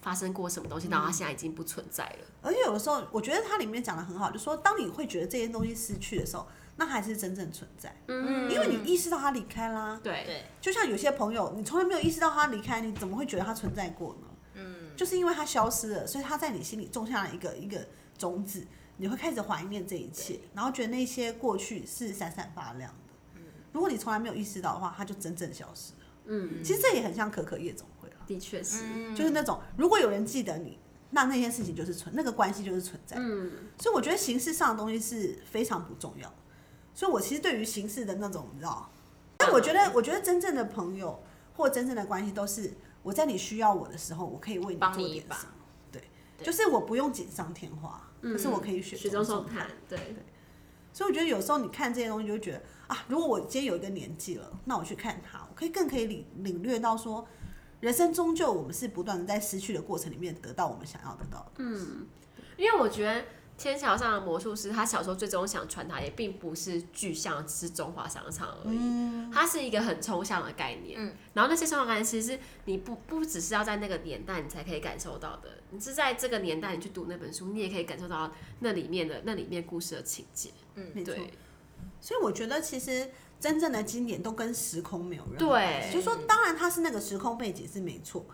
Speaker 3: 发生过什么东西，
Speaker 1: 嗯
Speaker 3: 然后它现在已经不存在了。
Speaker 1: 而且有的时候，我觉得它里面讲的很好，就说当你会觉得这些东西失去的时候，那还是真正存在，
Speaker 2: 嗯
Speaker 1: 因为你意识到它离开啦。
Speaker 3: 嗯对，
Speaker 2: 对，
Speaker 1: 就像有些朋友，你从来没有意识到它离开，你怎么会觉得它存在过呢？
Speaker 2: 嗯，
Speaker 1: 就是因为它消失了，所以它在你心里种下了一个一个种子，你会开始怀念这一切，然后觉得那些过去是闪闪发亮的。如果你从来没有意识到的话，它就真正消失了。
Speaker 3: 嗯，
Speaker 1: 其实这也很像可可夜总会啦，
Speaker 3: 的确是。
Speaker 2: 嗯
Speaker 1: 就是那种如果有人记得你，那那件事情就是存，那个关系就是存在。
Speaker 3: 嗯，
Speaker 1: 所以我觉得形式上的东西是非常不重要的。所以我其实对于形式的那种，你知道，但我觉得，我觉得真正的朋友或真正的关系都是我在你需要我的时候，我可以为你
Speaker 2: 帮
Speaker 1: 做
Speaker 2: 你一
Speaker 1: 点
Speaker 2: 把
Speaker 1: 什么。对，
Speaker 2: 对嗯
Speaker 1: 就是我不用锦上添花，可是我可以雪
Speaker 3: 雪中送
Speaker 1: 送
Speaker 3: 炭。对，
Speaker 1: 所以我觉得有时候你看这些东西，就会觉得啊，如果我今天有一个年纪了，那我去看它，我可以更可以领领略到说，人生终究我们是不断的在失去的过程里面得到我们想要得到的。
Speaker 3: 因为我觉得。天桥上的魔术师，他小时候最终想传达也并不是具象，只是中华商场而已。
Speaker 1: 嗯
Speaker 3: 它是一个很抽象的概念，
Speaker 2: 嗯
Speaker 3: 然后那些抽象概念其实是你不不只是要在那个年代你才可以感受到的，你是在这个年代你去读那本书，你也可以感受到那里面的那里面故事的情节，
Speaker 1: 没错。
Speaker 3: 对，
Speaker 1: 所以我觉得其实真正的经典都跟时空没有任何
Speaker 3: 对
Speaker 1: 关系。就是说当然它是那个时空背景是没错，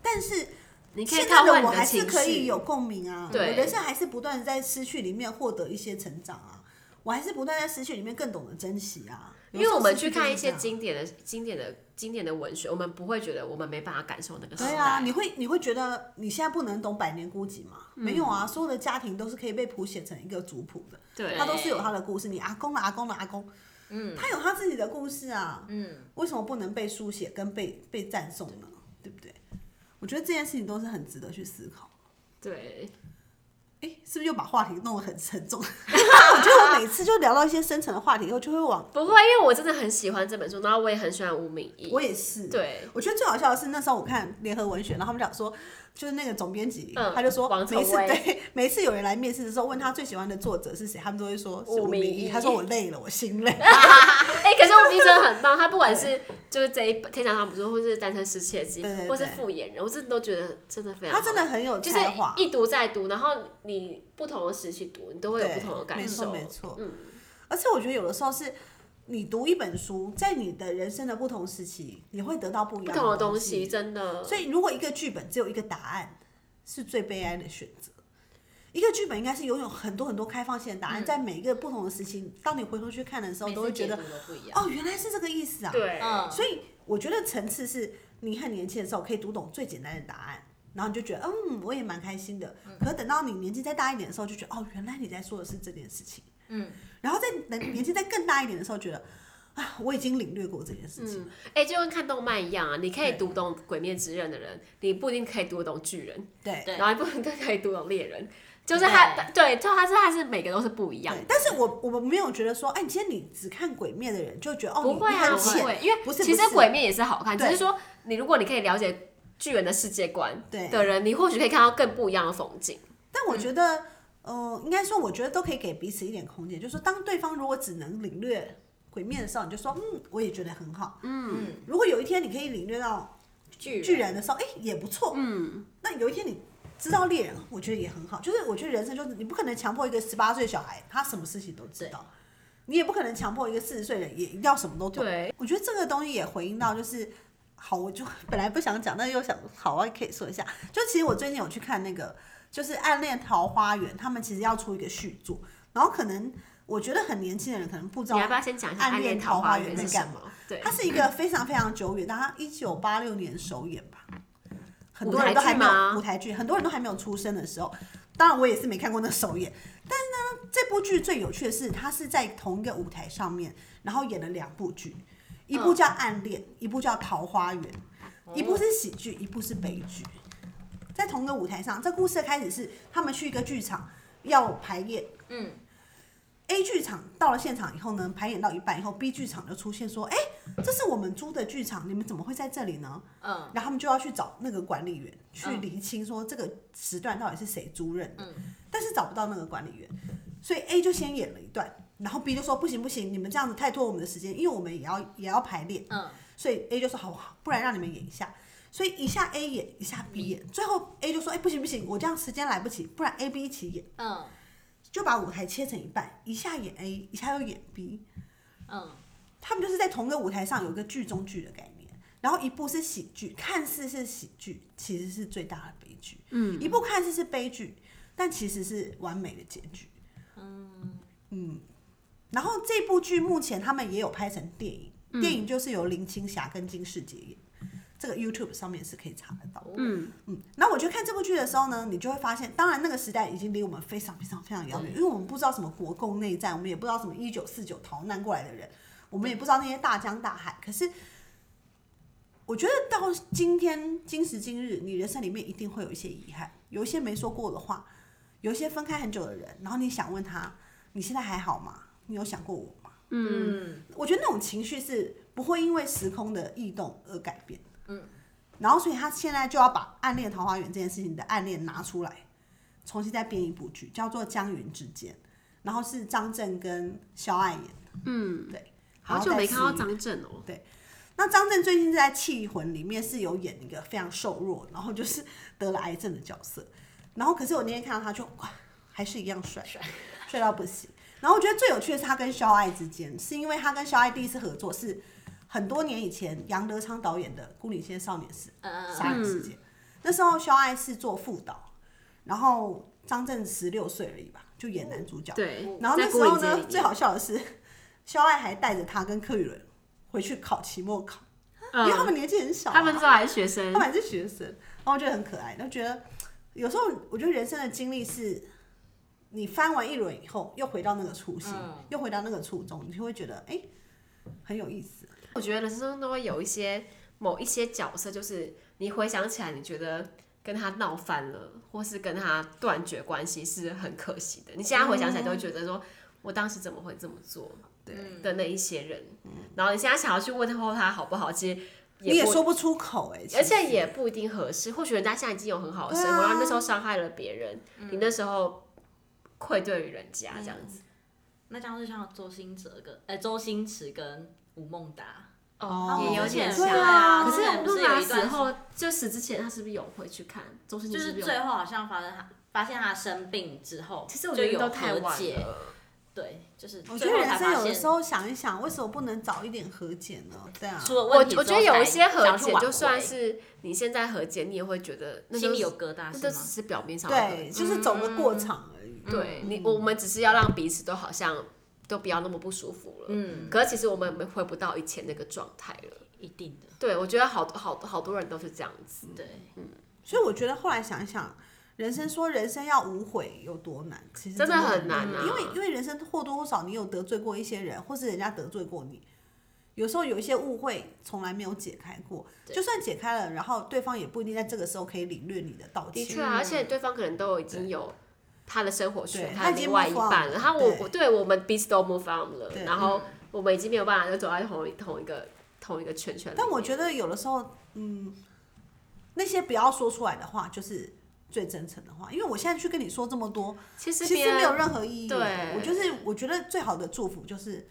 Speaker 1: 但是
Speaker 3: 你可以
Speaker 1: 现
Speaker 3: 套
Speaker 1: 在
Speaker 3: 换
Speaker 1: 的
Speaker 3: 你
Speaker 1: 我还
Speaker 3: 情
Speaker 1: 是
Speaker 3: 绪，
Speaker 1: 可以有共鸣啊，我
Speaker 3: 对
Speaker 1: 人生还是不断地在失去里面获得一些成长啊，我还是不断在失去里面更懂得珍惜啊。
Speaker 3: 因为我们去看一
Speaker 1: 有时
Speaker 3: 些
Speaker 1: 候失去就是这样
Speaker 3: 经典的、经典的、经典的文学，我们不会觉得我们没办法感受那个时代。
Speaker 1: 对啊，你会你会觉得你现在不能懂百年孤寂吗？没有啊，所有的家庭都是可以被谱写成一个族谱的，
Speaker 3: 对
Speaker 1: 它都是有它的故事。你阿公的阿公的阿公，嗯，他有他自己的故事啊，
Speaker 2: 嗯，
Speaker 1: 为什么不能被书写跟被被赞颂呢？对不对？我觉得这件事情都是很值得去思考。
Speaker 3: 对，
Speaker 1: 哎，是不是又把话题弄得很沉重？ 我觉得我每次就聊到一些深层的话题以后，就会往
Speaker 3: 不会，因为我真的很喜欢这本书，然后我也很喜欢吴敏仪。
Speaker 1: 我也是，
Speaker 3: 对，
Speaker 1: 我觉得最好笑的是那时候我看联合文学，然后他们讲说，就是那个总编辑，
Speaker 3: 嗯
Speaker 1: 他就说
Speaker 3: 王成
Speaker 1: 每次
Speaker 3: 威
Speaker 1: 对每次有人来面试的时候，问他最喜欢的作者是谁，他们都会说是
Speaker 3: 吴
Speaker 1: 吴
Speaker 3: 明
Speaker 1: 明
Speaker 3: 义
Speaker 1: 义。他说我累了，我心 累。
Speaker 3: 哎、可是吴敏仪真的很棒，她不管 是就是这一本《天堂上不是》，或是《单身失窃记》
Speaker 1: 对对对
Speaker 3: 或是《复眼人》，我真的都觉得真的非常好。
Speaker 1: 他真的很有
Speaker 3: 就是
Speaker 1: 才华，
Speaker 3: 一读再读，然后你不同的时期读，你都会有
Speaker 1: 对
Speaker 3: 不同的感
Speaker 1: 没
Speaker 3: 受。嗯
Speaker 1: 错没错。而且我觉得有的时候是。你读一本书，在你的人生的不同时期，你会得到不一
Speaker 3: 不
Speaker 1: 样
Speaker 3: 同的
Speaker 1: 的
Speaker 3: 东西
Speaker 1: 西。
Speaker 3: 真的，
Speaker 1: 所以，如果一个剧本只有一个答案，是最悲哀的选择。一个剧本应该是拥有很多很多开放性的答案，在每一个不同的时期，当你回头去看的时候，
Speaker 2: 嗯每
Speaker 1: 都会
Speaker 2: 次
Speaker 1: 觉
Speaker 2: 解
Speaker 1: 得
Speaker 2: 读都不一样。
Speaker 1: 哦，原来是这个意思啊。
Speaker 3: 对，
Speaker 2: 嗯，
Speaker 1: 所以我觉得层次是你很年轻的时候可以读懂最简单的答案，然后你就觉得嗯，我也蛮开心的。
Speaker 2: 嗯
Speaker 1: 可是等到你年纪再大一点的时候，就觉得哦，原来你在说的是这件事情。
Speaker 2: 嗯，
Speaker 1: 然后在 年年纪再更大一点的时候，觉得啊，我已经领略过这件事
Speaker 2: 嗯
Speaker 1: 情了。
Speaker 3: 哎、就跟看动漫一样啊，你可
Speaker 1: 对
Speaker 3: 以读懂《鬼灭之刃》的人，你不一定可以读懂巨人，
Speaker 1: 对。
Speaker 2: 对
Speaker 3: 然后你不一定可以读懂猎人，就是他，对，就他是他是每个都是不一样
Speaker 1: 对
Speaker 3: 的。
Speaker 1: 但是我我们没有觉得说，哎，你今天你只看《鬼灭》的人就觉得哦，你
Speaker 3: 不会
Speaker 1: 你
Speaker 3: 啊，
Speaker 1: 很
Speaker 3: 不
Speaker 1: 浅，
Speaker 3: 会，因为
Speaker 1: 不是
Speaker 3: 其
Speaker 1: 不
Speaker 3: 实
Speaker 1: 是
Speaker 3: 鬼灭也是好看，只
Speaker 1: 对
Speaker 3: 是说你如果你可以了解巨人的世界观
Speaker 1: 对
Speaker 3: 的人，你或许可以看到更不一样的风景。
Speaker 1: 但
Speaker 3: 嗯
Speaker 1: 我觉得，呃，应该说，我觉得都可以给彼此一点空间。就是说当对方如果只能领略鬼面的时候，你就说，嗯，我也觉得很好。嗯，如果有一天你可以领略到
Speaker 2: 巨
Speaker 1: 巨人的时候，哎、也不错。嗯，那有一天你知道猎人，我觉得也很好。就是我觉得人生就是你不可能强迫一个十八岁小孩，他什么事情都知道。你也不可能强迫一个四十岁人也一定要什么都懂。
Speaker 3: 对，
Speaker 1: 我觉得这个东西也回应到就是，好，我就 本来不想讲，但又想好啊，可以说一下。就其实我最近有去看那个，就是《暗恋桃花源》，他们其实要出一个续作，然后可能我觉得很年轻的人可能不知道
Speaker 3: 你要不要先讲一下《
Speaker 1: 暗
Speaker 3: 暗恋
Speaker 1: 恋
Speaker 3: 桃
Speaker 1: 桃
Speaker 3: 花
Speaker 1: 花
Speaker 3: 源
Speaker 1: 源》
Speaker 3: 是
Speaker 1: 在
Speaker 3: 什
Speaker 1: 干
Speaker 3: 么
Speaker 1: 嘛？
Speaker 3: 对
Speaker 1: 它，是一个非常非常久远，大概一九八六年首演吧，很
Speaker 3: 舞
Speaker 1: 多
Speaker 3: 台
Speaker 1: 人都还
Speaker 3: 剧
Speaker 1: 没有
Speaker 3: 吗
Speaker 1: 舞台剧，很多人都还没有出生的时候，当然我也是没看过那首演。但是呢，这部剧最有趣的是，它是在同一个舞台上面，然后演了两部剧，一部叫《暗恋》，一部叫《桃花源》，
Speaker 3: 哦
Speaker 1: 一部是喜剧，一部是悲剧，在同一个舞台上。这故事的开始是他们去一个剧场要排演，
Speaker 2: 嗯
Speaker 1: ，A 剧场到了现场以后呢，排演到一半以后，B 剧场就出现说：“哎、这是我们租的剧场，你们怎么会在这里呢？”
Speaker 2: 嗯，
Speaker 1: 然后他们就要去找那个管理员去
Speaker 2: 嗯
Speaker 1: 厘清说这个时段到底是谁租任的，
Speaker 2: 嗯
Speaker 1: 但是找不到那个管理员，所以 A 就先演了一段，然后 B 就说：“不行不行，你们这样子太拖我们的时间，因为我们也要也要排练。”
Speaker 2: 嗯，
Speaker 1: 所以 A 就说好，好不然让你们演一下。所以一下 A 演，一下 B 演，最后 A 就说：“哎、不行不行，我这样时间来不及，不然 A、B 一起演。
Speaker 2: 嗯”
Speaker 1: 就把舞台切成一半，一下演 A，一下又演 B。
Speaker 2: 嗯
Speaker 1: 他们就是在同一个舞台上有一个剧中剧的概念，然后一部是喜剧，看似是喜剧，其实是最大的悲剧。嗯，一部看似是悲剧，但其实是完美的结局。
Speaker 2: 嗯
Speaker 1: 然后这部剧目前他们也有拍成电影，
Speaker 2: 嗯
Speaker 1: 电影就是由林青霞跟金世杰演，这个 YouTube 上面是可以查得到
Speaker 2: 哦
Speaker 1: 的。
Speaker 3: 嗯，
Speaker 1: 嗯，然后我去看这部剧的时候呢，你就会发现，当然那个时代已经离我们非常非常非常遥远，因为我们不知道什么国共内战，我们也不知道什么一九四九逃难过来的人，我们也不知道那些大江大海。可是，我觉得到今天今时今日，你人生里面一定会有一些遗憾，有一些没说过的话，有一些分开很久的人，然后你想问他，你现在还好吗？你有想过我吗？
Speaker 2: 嗯
Speaker 1: 我觉得那种情绪是不会因为时空的异动而改变。嗯，然后所以他现在就要把《暗恋桃花源》这件事情的暗恋拿出来，重新再编一部剧，叫做《江云之间》，然后是张震跟肖爱演。嗯，对。
Speaker 3: 好久没看到张震哦，
Speaker 1: 那张震最近在《气魂》里面是有演一个非常瘦弱，然后就是得了癌症的角色。然后可是我那天看到他就哇，还是一样帅，帅到不行。然后我觉得最有趣的是他跟肖爱之间，是因为他跟肖爱第一次合作是很多年以前杨德昌导演的《孤岭街少年时》
Speaker 2: 嗯
Speaker 1: 杀人事件，那时候肖爱是做副导，然后张震十六岁而已吧，就演男主角。
Speaker 3: 对，
Speaker 1: 然后那
Speaker 3: 在
Speaker 1: 时
Speaker 3: 郭
Speaker 1: 候
Speaker 3: 颖杰里
Speaker 1: 呢，
Speaker 3: 面
Speaker 1: 最好笑的是，肖爱还带着他跟柯宇伦回去考期末考，因为他们年纪很小啊、
Speaker 3: 嗯他们都还是学生
Speaker 1: 他，们还是学生，然后我觉得很可爱，然后觉得有时候我觉得人生的经历是，你翻完一轮以后，又回到那个初心，
Speaker 2: 嗯
Speaker 1: 又回到那个初衷，你就会觉得哎、很有意思。
Speaker 3: 我觉得人生中都会有一些某一些角色，就是你回想起来，你觉得跟他闹翻了，或是跟他断绝关系是很可惜的。你现在回想起来，就会觉得说。我当时怎么会这么做
Speaker 1: 对，
Speaker 3: 的那一些人，然后你现在想要去问候他好不好，其实
Speaker 1: 你也
Speaker 3: 不
Speaker 1: 说不出口哎、
Speaker 3: 而
Speaker 1: 其实
Speaker 3: 且也不一定合适。或许人家现在已经有很好的
Speaker 1: 对
Speaker 3: 生
Speaker 1: 啊
Speaker 3: 活，然后你那时候伤害了别人，你那时候愧对于人家这样子。
Speaker 2: 那这样就像周星哲跟哎、周星驰跟吴孟达，
Speaker 1: 哦
Speaker 3: 也有点像
Speaker 1: 对。啊
Speaker 3: 可
Speaker 2: 之
Speaker 3: 是
Speaker 2: 前
Speaker 3: 我
Speaker 2: 不
Speaker 3: 们
Speaker 2: 是有
Speaker 3: 那
Speaker 2: 一
Speaker 3: 时
Speaker 2: 段时，
Speaker 3: 候就死之前，他是不是有回去看？周星驰
Speaker 2: 就是
Speaker 3: 不
Speaker 2: 是
Speaker 3: 有
Speaker 2: 最后好像发生他发现他生病之后，
Speaker 3: 其实我
Speaker 2: 就
Speaker 3: 觉得
Speaker 2: 有
Speaker 3: 都太
Speaker 2: 和
Speaker 3: 晚
Speaker 2: 解，
Speaker 3: 了。
Speaker 2: 对，就是
Speaker 1: 我觉
Speaker 2: 最
Speaker 1: 得
Speaker 2: 后
Speaker 1: 人
Speaker 2: 才
Speaker 1: 生
Speaker 2: 发
Speaker 1: 有的
Speaker 2: 现
Speaker 1: 时候想一想，为什么不能早一点和解呢？对啊，
Speaker 2: 出了
Speaker 3: 我
Speaker 2: 问题
Speaker 3: 我
Speaker 2: 之
Speaker 3: 觉
Speaker 2: 后
Speaker 3: 得有一
Speaker 2: 才
Speaker 3: 些和
Speaker 2: 想去
Speaker 3: 解，
Speaker 2: 挽
Speaker 3: 就算
Speaker 2: 回
Speaker 3: 是你现在和解，你也会觉得那
Speaker 2: 心
Speaker 3: 就
Speaker 2: 里
Speaker 3: 是
Speaker 2: 有疙瘩
Speaker 3: 那就是只
Speaker 2: 吗？
Speaker 3: 是嗯表面上的和
Speaker 1: 对，就
Speaker 3: 解。
Speaker 1: 是走个过场而已。
Speaker 3: 对你，我们只是要让彼此都好像都不要那么不舒服了。
Speaker 2: 嗯，
Speaker 3: 可是其实我们回不到以前那个状态了。
Speaker 2: 一定的，
Speaker 3: 对，我觉得好好好多人都是这样子。
Speaker 2: 对，
Speaker 1: 所以我觉得后来想一想，人生说人生要无悔有多难，其实
Speaker 3: 真的
Speaker 1: 的
Speaker 3: 很难啊
Speaker 1: 因为因为人生或多或少你有得罪过一些人，或是人家得罪过你，有时候有一些误会从来没有解开过，就算解开了，然后对方也不一定在这个时候可以领略你的道
Speaker 3: 的
Speaker 1: 歉。
Speaker 3: 确啊，而且对方可能都已经有他的生活圈，
Speaker 1: 对
Speaker 3: 他
Speaker 1: 他
Speaker 3: 的
Speaker 1: 已经
Speaker 3: 另外一
Speaker 1: move on
Speaker 3: 半了。他我
Speaker 1: 对
Speaker 3: 我对我们彼此都 move on 了，
Speaker 1: 对
Speaker 3: 然后我们已经没有办法就走在同一同一个同一个圈圈里面。
Speaker 1: 但我觉得有的时候，嗯，那些不要说出来的话，就是最真诚的话，因为我现在去跟你说这么多，
Speaker 3: 其实
Speaker 1: 其
Speaker 3: 别
Speaker 1: 实
Speaker 3: 人
Speaker 1: 没有任何意义。
Speaker 3: 对
Speaker 1: 我就是我觉得最好的祝福就是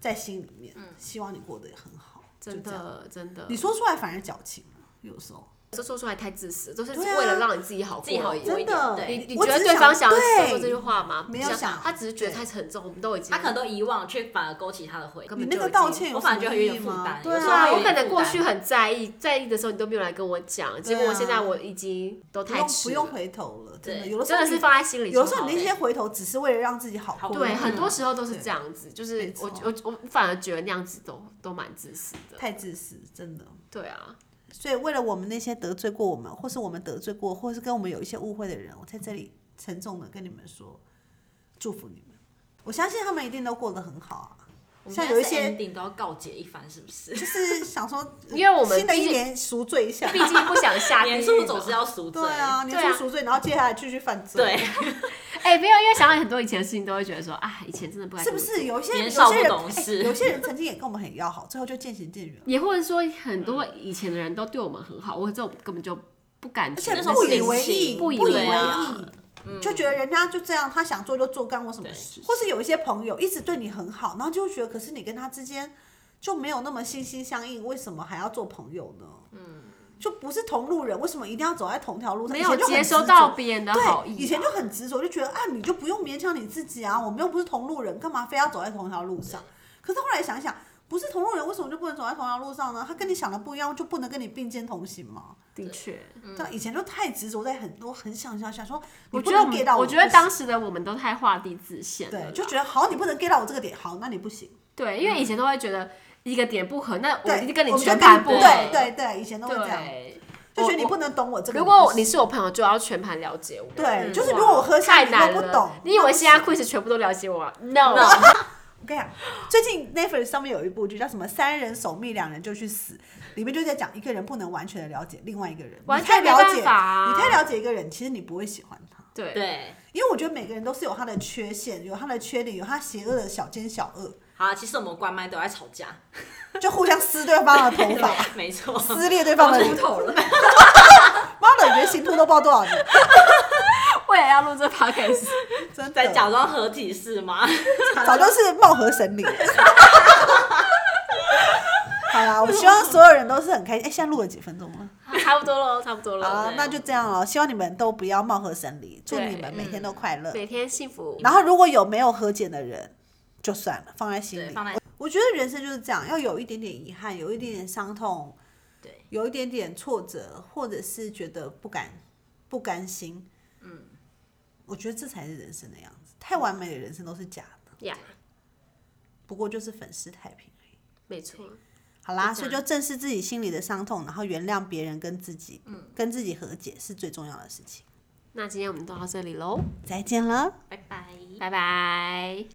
Speaker 1: 在心里面，希望你过得也很好。就
Speaker 3: 嗯真
Speaker 1: 这样，
Speaker 3: 的真的，
Speaker 1: 你说出来反而矫情了，有时候
Speaker 3: 这说出来太自私，都是
Speaker 1: 对啊
Speaker 3: 为了让你自己好过
Speaker 2: 自己好
Speaker 3: 而已
Speaker 2: 过
Speaker 1: 真的，
Speaker 2: 对
Speaker 3: 你你
Speaker 1: 我
Speaker 3: 觉得
Speaker 1: 只
Speaker 3: 对方
Speaker 1: 想
Speaker 3: 想要接受这句
Speaker 1: 对
Speaker 3: 话吗？
Speaker 1: 没
Speaker 3: 不
Speaker 1: 有
Speaker 3: 想，
Speaker 1: 想
Speaker 3: 他只是觉得
Speaker 1: 对
Speaker 3: 太沉重，我们都已经
Speaker 2: 他可能都遗忘，却反而勾起他的回忆。
Speaker 3: 根
Speaker 1: 你
Speaker 3: 本
Speaker 1: 那
Speaker 3: 就
Speaker 1: 个
Speaker 3: 已
Speaker 1: 道
Speaker 3: 经
Speaker 1: 歉有
Speaker 2: 我
Speaker 1: 什
Speaker 2: 反而
Speaker 1: 么
Speaker 2: 觉得有
Speaker 1: 意义
Speaker 2: 点负
Speaker 1: 吗
Speaker 2: 担？
Speaker 1: 对
Speaker 3: 对
Speaker 1: 啊
Speaker 3: 啊，
Speaker 2: 有
Speaker 3: 我
Speaker 2: 点
Speaker 3: 可能
Speaker 2: 负
Speaker 3: 过
Speaker 2: 担
Speaker 3: 去很在意，在意的时候你都没有来跟我讲，结
Speaker 1: 对
Speaker 3: 果
Speaker 1: 啊
Speaker 3: 现在我已经都
Speaker 1: 不
Speaker 3: 太
Speaker 1: 用
Speaker 3: 迟
Speaker 1: 不
Speaker 3: 了
Speaker 1: 用回头了，真的。
Speaker 2: 对
Speaker 1: 有的时
Speaker 3: 真
Speaker 1: 候
Speaker 3: 的是
Speaker 1: 你
Speaker 3: 放在心里就
Speaker 1: 有的
Speaker 3: 好了。
Speaker 1: 时候你那些回头只是为了让自己好过，
Speaker 2: 好
Speaker 3: 对，
Speaker 2: 嗯
Speaker 3: 很多时候都是
Speaker 1: 对
Speaker 3: 这样子，就是
Speaker 1: 没
Speaker 3: 我
Speaker 1: 错
Speaker 3: 我我反而觉得那样子都都蛮自私的。
Speaker 1: 太自私，真的。
Speaker 3: 对啊，
Speaker 1: 所以为了我们那些得罪过我们，或是我们得罪过，或是跟我们有一些误会的人，我在这里沉重的跟你们说，祝福你们。我相信他们一定都过得很好啊。像有一些
Speaker 2: 顶都要告解一番，是不是？
Speaker 1: 就是想说，
Speaker 3: 因为我们
Speaker 1: 新的
Speaker 3: 毕
Speaker 1: 一
Speaker 3: 竟
Speaker 1: 年赎罪一下，
Speaker 3: 毕 竟不想下地
Speaker 2: 年
Speaker 3: 狱
Speaker 2: 初
Speaker 3: 嘛。
Speaker 2: 啊总是要赎罪，
Speaker 1: 对啊，年
Speaker 3: 对啊
Speaker 1: 初赎罪，然后接下来继续犯罪，
Speaker 2: 对，
Speaker 3: 哎，没有，因为想到很多以前的事情，都会觉得说，啊，以前真的不该。
Speaker 1: 是不是？？有一些
Speaker 2: 年
Speaker 1: 有
Speaker 2: 少
Speaker 1: 些
Speaker 2: 不
Speaker 1: 人、
Speaker 2: 懂事
Speaker 1: 哎有些人曾经也跟我们很要好，最后就渐行渐远了，
Speaker 3: 也或者说，很多以前的人都对我们很好，我这种根本就不敢
Speaker 1: 嗯而
Speaker 3: 觉
Speaker 1: 且
Speaker 3: 得是，
Speaker 2: 时候
Speaker 1: 不
Speaker 2: 是
Speaker 1: 以为意，
Speaker 2: 信
Speaker 1: 不
Speaker 3: 以
Speaker 1: 为
Speaker 3: 为啊
Speaker 1: 意。就觉得人家就这样，他想做就做，干我什么事？或是有一些朋友一直对你很好，然后就会觉得，可是你跟他之间就没有那么心心相印，为什么还要做朋友呢？嗯，就不是同路人，为什么一定要走在同条路上？
Speaker 3: 没
Speaker 1: 以前
Speaker 3: 有
Speaker 1: 就很
Speaker 3: 接收
Speaker 1: 执
Speaker 3: 到
Speaker 1: 着
Speaker 3: 别人的
Speaker 1: 对，
Speaker 3: 好意啊。
Speaker 1: 以前就很执着，就觉得啊，你就不用勉强你自己啊，我们又不是同路人，干嘛非要走在同一条路上？可是后来想想，不是同路人，为什么就不能走在同条路上呢？他跟你想的不一样，就不能跟你并肩同行吗？
Speaker 3: 的确，
Speaker 1: 对、以前就太执着在很多很想想想说，你
Speaker 3: 我
Speaker 1: 不
Speaker 3: 觉得我
Speaker 1: 能 get 到
Speaker 3: 们，我
Speaker 1: 不
Speaker 3: 觉得
Speaker 1: 行
Speaker 3: 当时的我们都太画地自限了啦。
Speaker 1: 对就觉得好，你不能 get 到我这个点，好，那你不行。
Speaker 3: 对，因为以前都会觉得一个点不合，那我
Speaker 1: 对，
Speaker 3: 一定跟你
Speaker 1: 我们就
Speaker 3: 全盘
Speaker 1: 你
Speaker 3: 不
Speaker 2: 合
Speaker 1: 对
Speaker 3: 合。
Speaker 1: 对对，以前都会这样，
Speaker 3: 对。
Speaker 1: 就觉得
Speaker 3: 我
Speaker 1: 你不能懂我这个。
Speaker 3: 如果你
Speaker 1: 你
Speaker 3: 是我朋友，就要全盘了解我。
Speaker 1: 对，
Speaker 2: 嗯
Speaker 1: 就是如果我喝下
Speaker 3: 太
Speaker 1: 你都
Speaker 3: 难
Speaker 1: 不
Speaker 3: 了
Speaker 1: 懂，
Speaker 3: 你以
Speaker 1: 那
Speaker 3: 为
Speaker 1: 不
Speaker 3: 现在
Speaker 1: 行
Speaker 3: quiz 全部都了解我啊？No，
Speaker 1: 我跟你讲，最近 Netflix 上面有一部剧叫什么“三人守密，两人就去死”，里面就在讲一个人不能完全的了解另外一个人，
Speaker 3: 完
Speaker 1: 你
Speaker 3: 全
Speaker 1: 太
Speaker 3: 没
Speaker 1: 了
Speaker 3: 办
Speaker 1: 解，
Speaker 3: 法啊
Speaker 1: 你太了解一个人，其实你不会喜欢他，
Speaker 3: 对
Speaker 2: 对。
Speaker 1: 因为我觉得每个人都是有他的缺陷，有他的缺点，有他邪恶的小奸小恶，
Speaker 2: 好啊，其实我们关麦都在吵架，
Speaker 1: 就互相撕对方的头发，
Speaker 2: 对，没错，
Speaker 1: 撕裂对方的
Speaker 3: 秃
Speaker 1: 脸，
Speaker 3: 头 了，
Speaker 1: 妈的，原型秃都不知道多少年，
Speaker 3: 为了要录这 podcast，
Speaker 1: 真的，
Speaker 2: 在假装合体是吗？
Speaker 1: 早就是貌合神离。 好啦，我希望所有人都是很开心。哎、现在录了几分钟了？
Speaker 3: 差不多了，差不多
Speaker 1: 好啊
Speaker 3: 了。
Speaker 1: 那就这样了。希望你们都不要貌合神离，祝
Speaker 3: 对
Speaker 1: 你们每天都快乐。
Speaker 3: 每天幸福，
Speaker 1: 然后如果有没有和解的人，就算了，放在心
Speaker 2: 对，
Speaker 1: 里。
Speaker 2: 放在
Speaker 1: 我觉得人生就是这样，要有一点点遗憾，有一点点伤痛，
Speaker 2: 对，
Speaker 1: 有一点点挫折，或者是觉得不甘不甘心，
Speaker 2: 嗯，
Speaker 1: 我觉得这才是人生的样子。太完美的人生都是假的，
Speaker 3: 呀、
Speaker 1: 不过就是粉饰太平而已。
Speaker 3: 没错，
Speaker 1: 好啦，
Speaker 3: 就这样
Speaker 1: 所以就正视自己心里的伤痛，然后原谅别人，跟自己，跟自己和解是最重要的事情。
Speaker 3: 那今天我们都到这里喽，
Speaker 1: 再见了。
Speaker 2: 拜拜。
Speaker 3: 拜拜。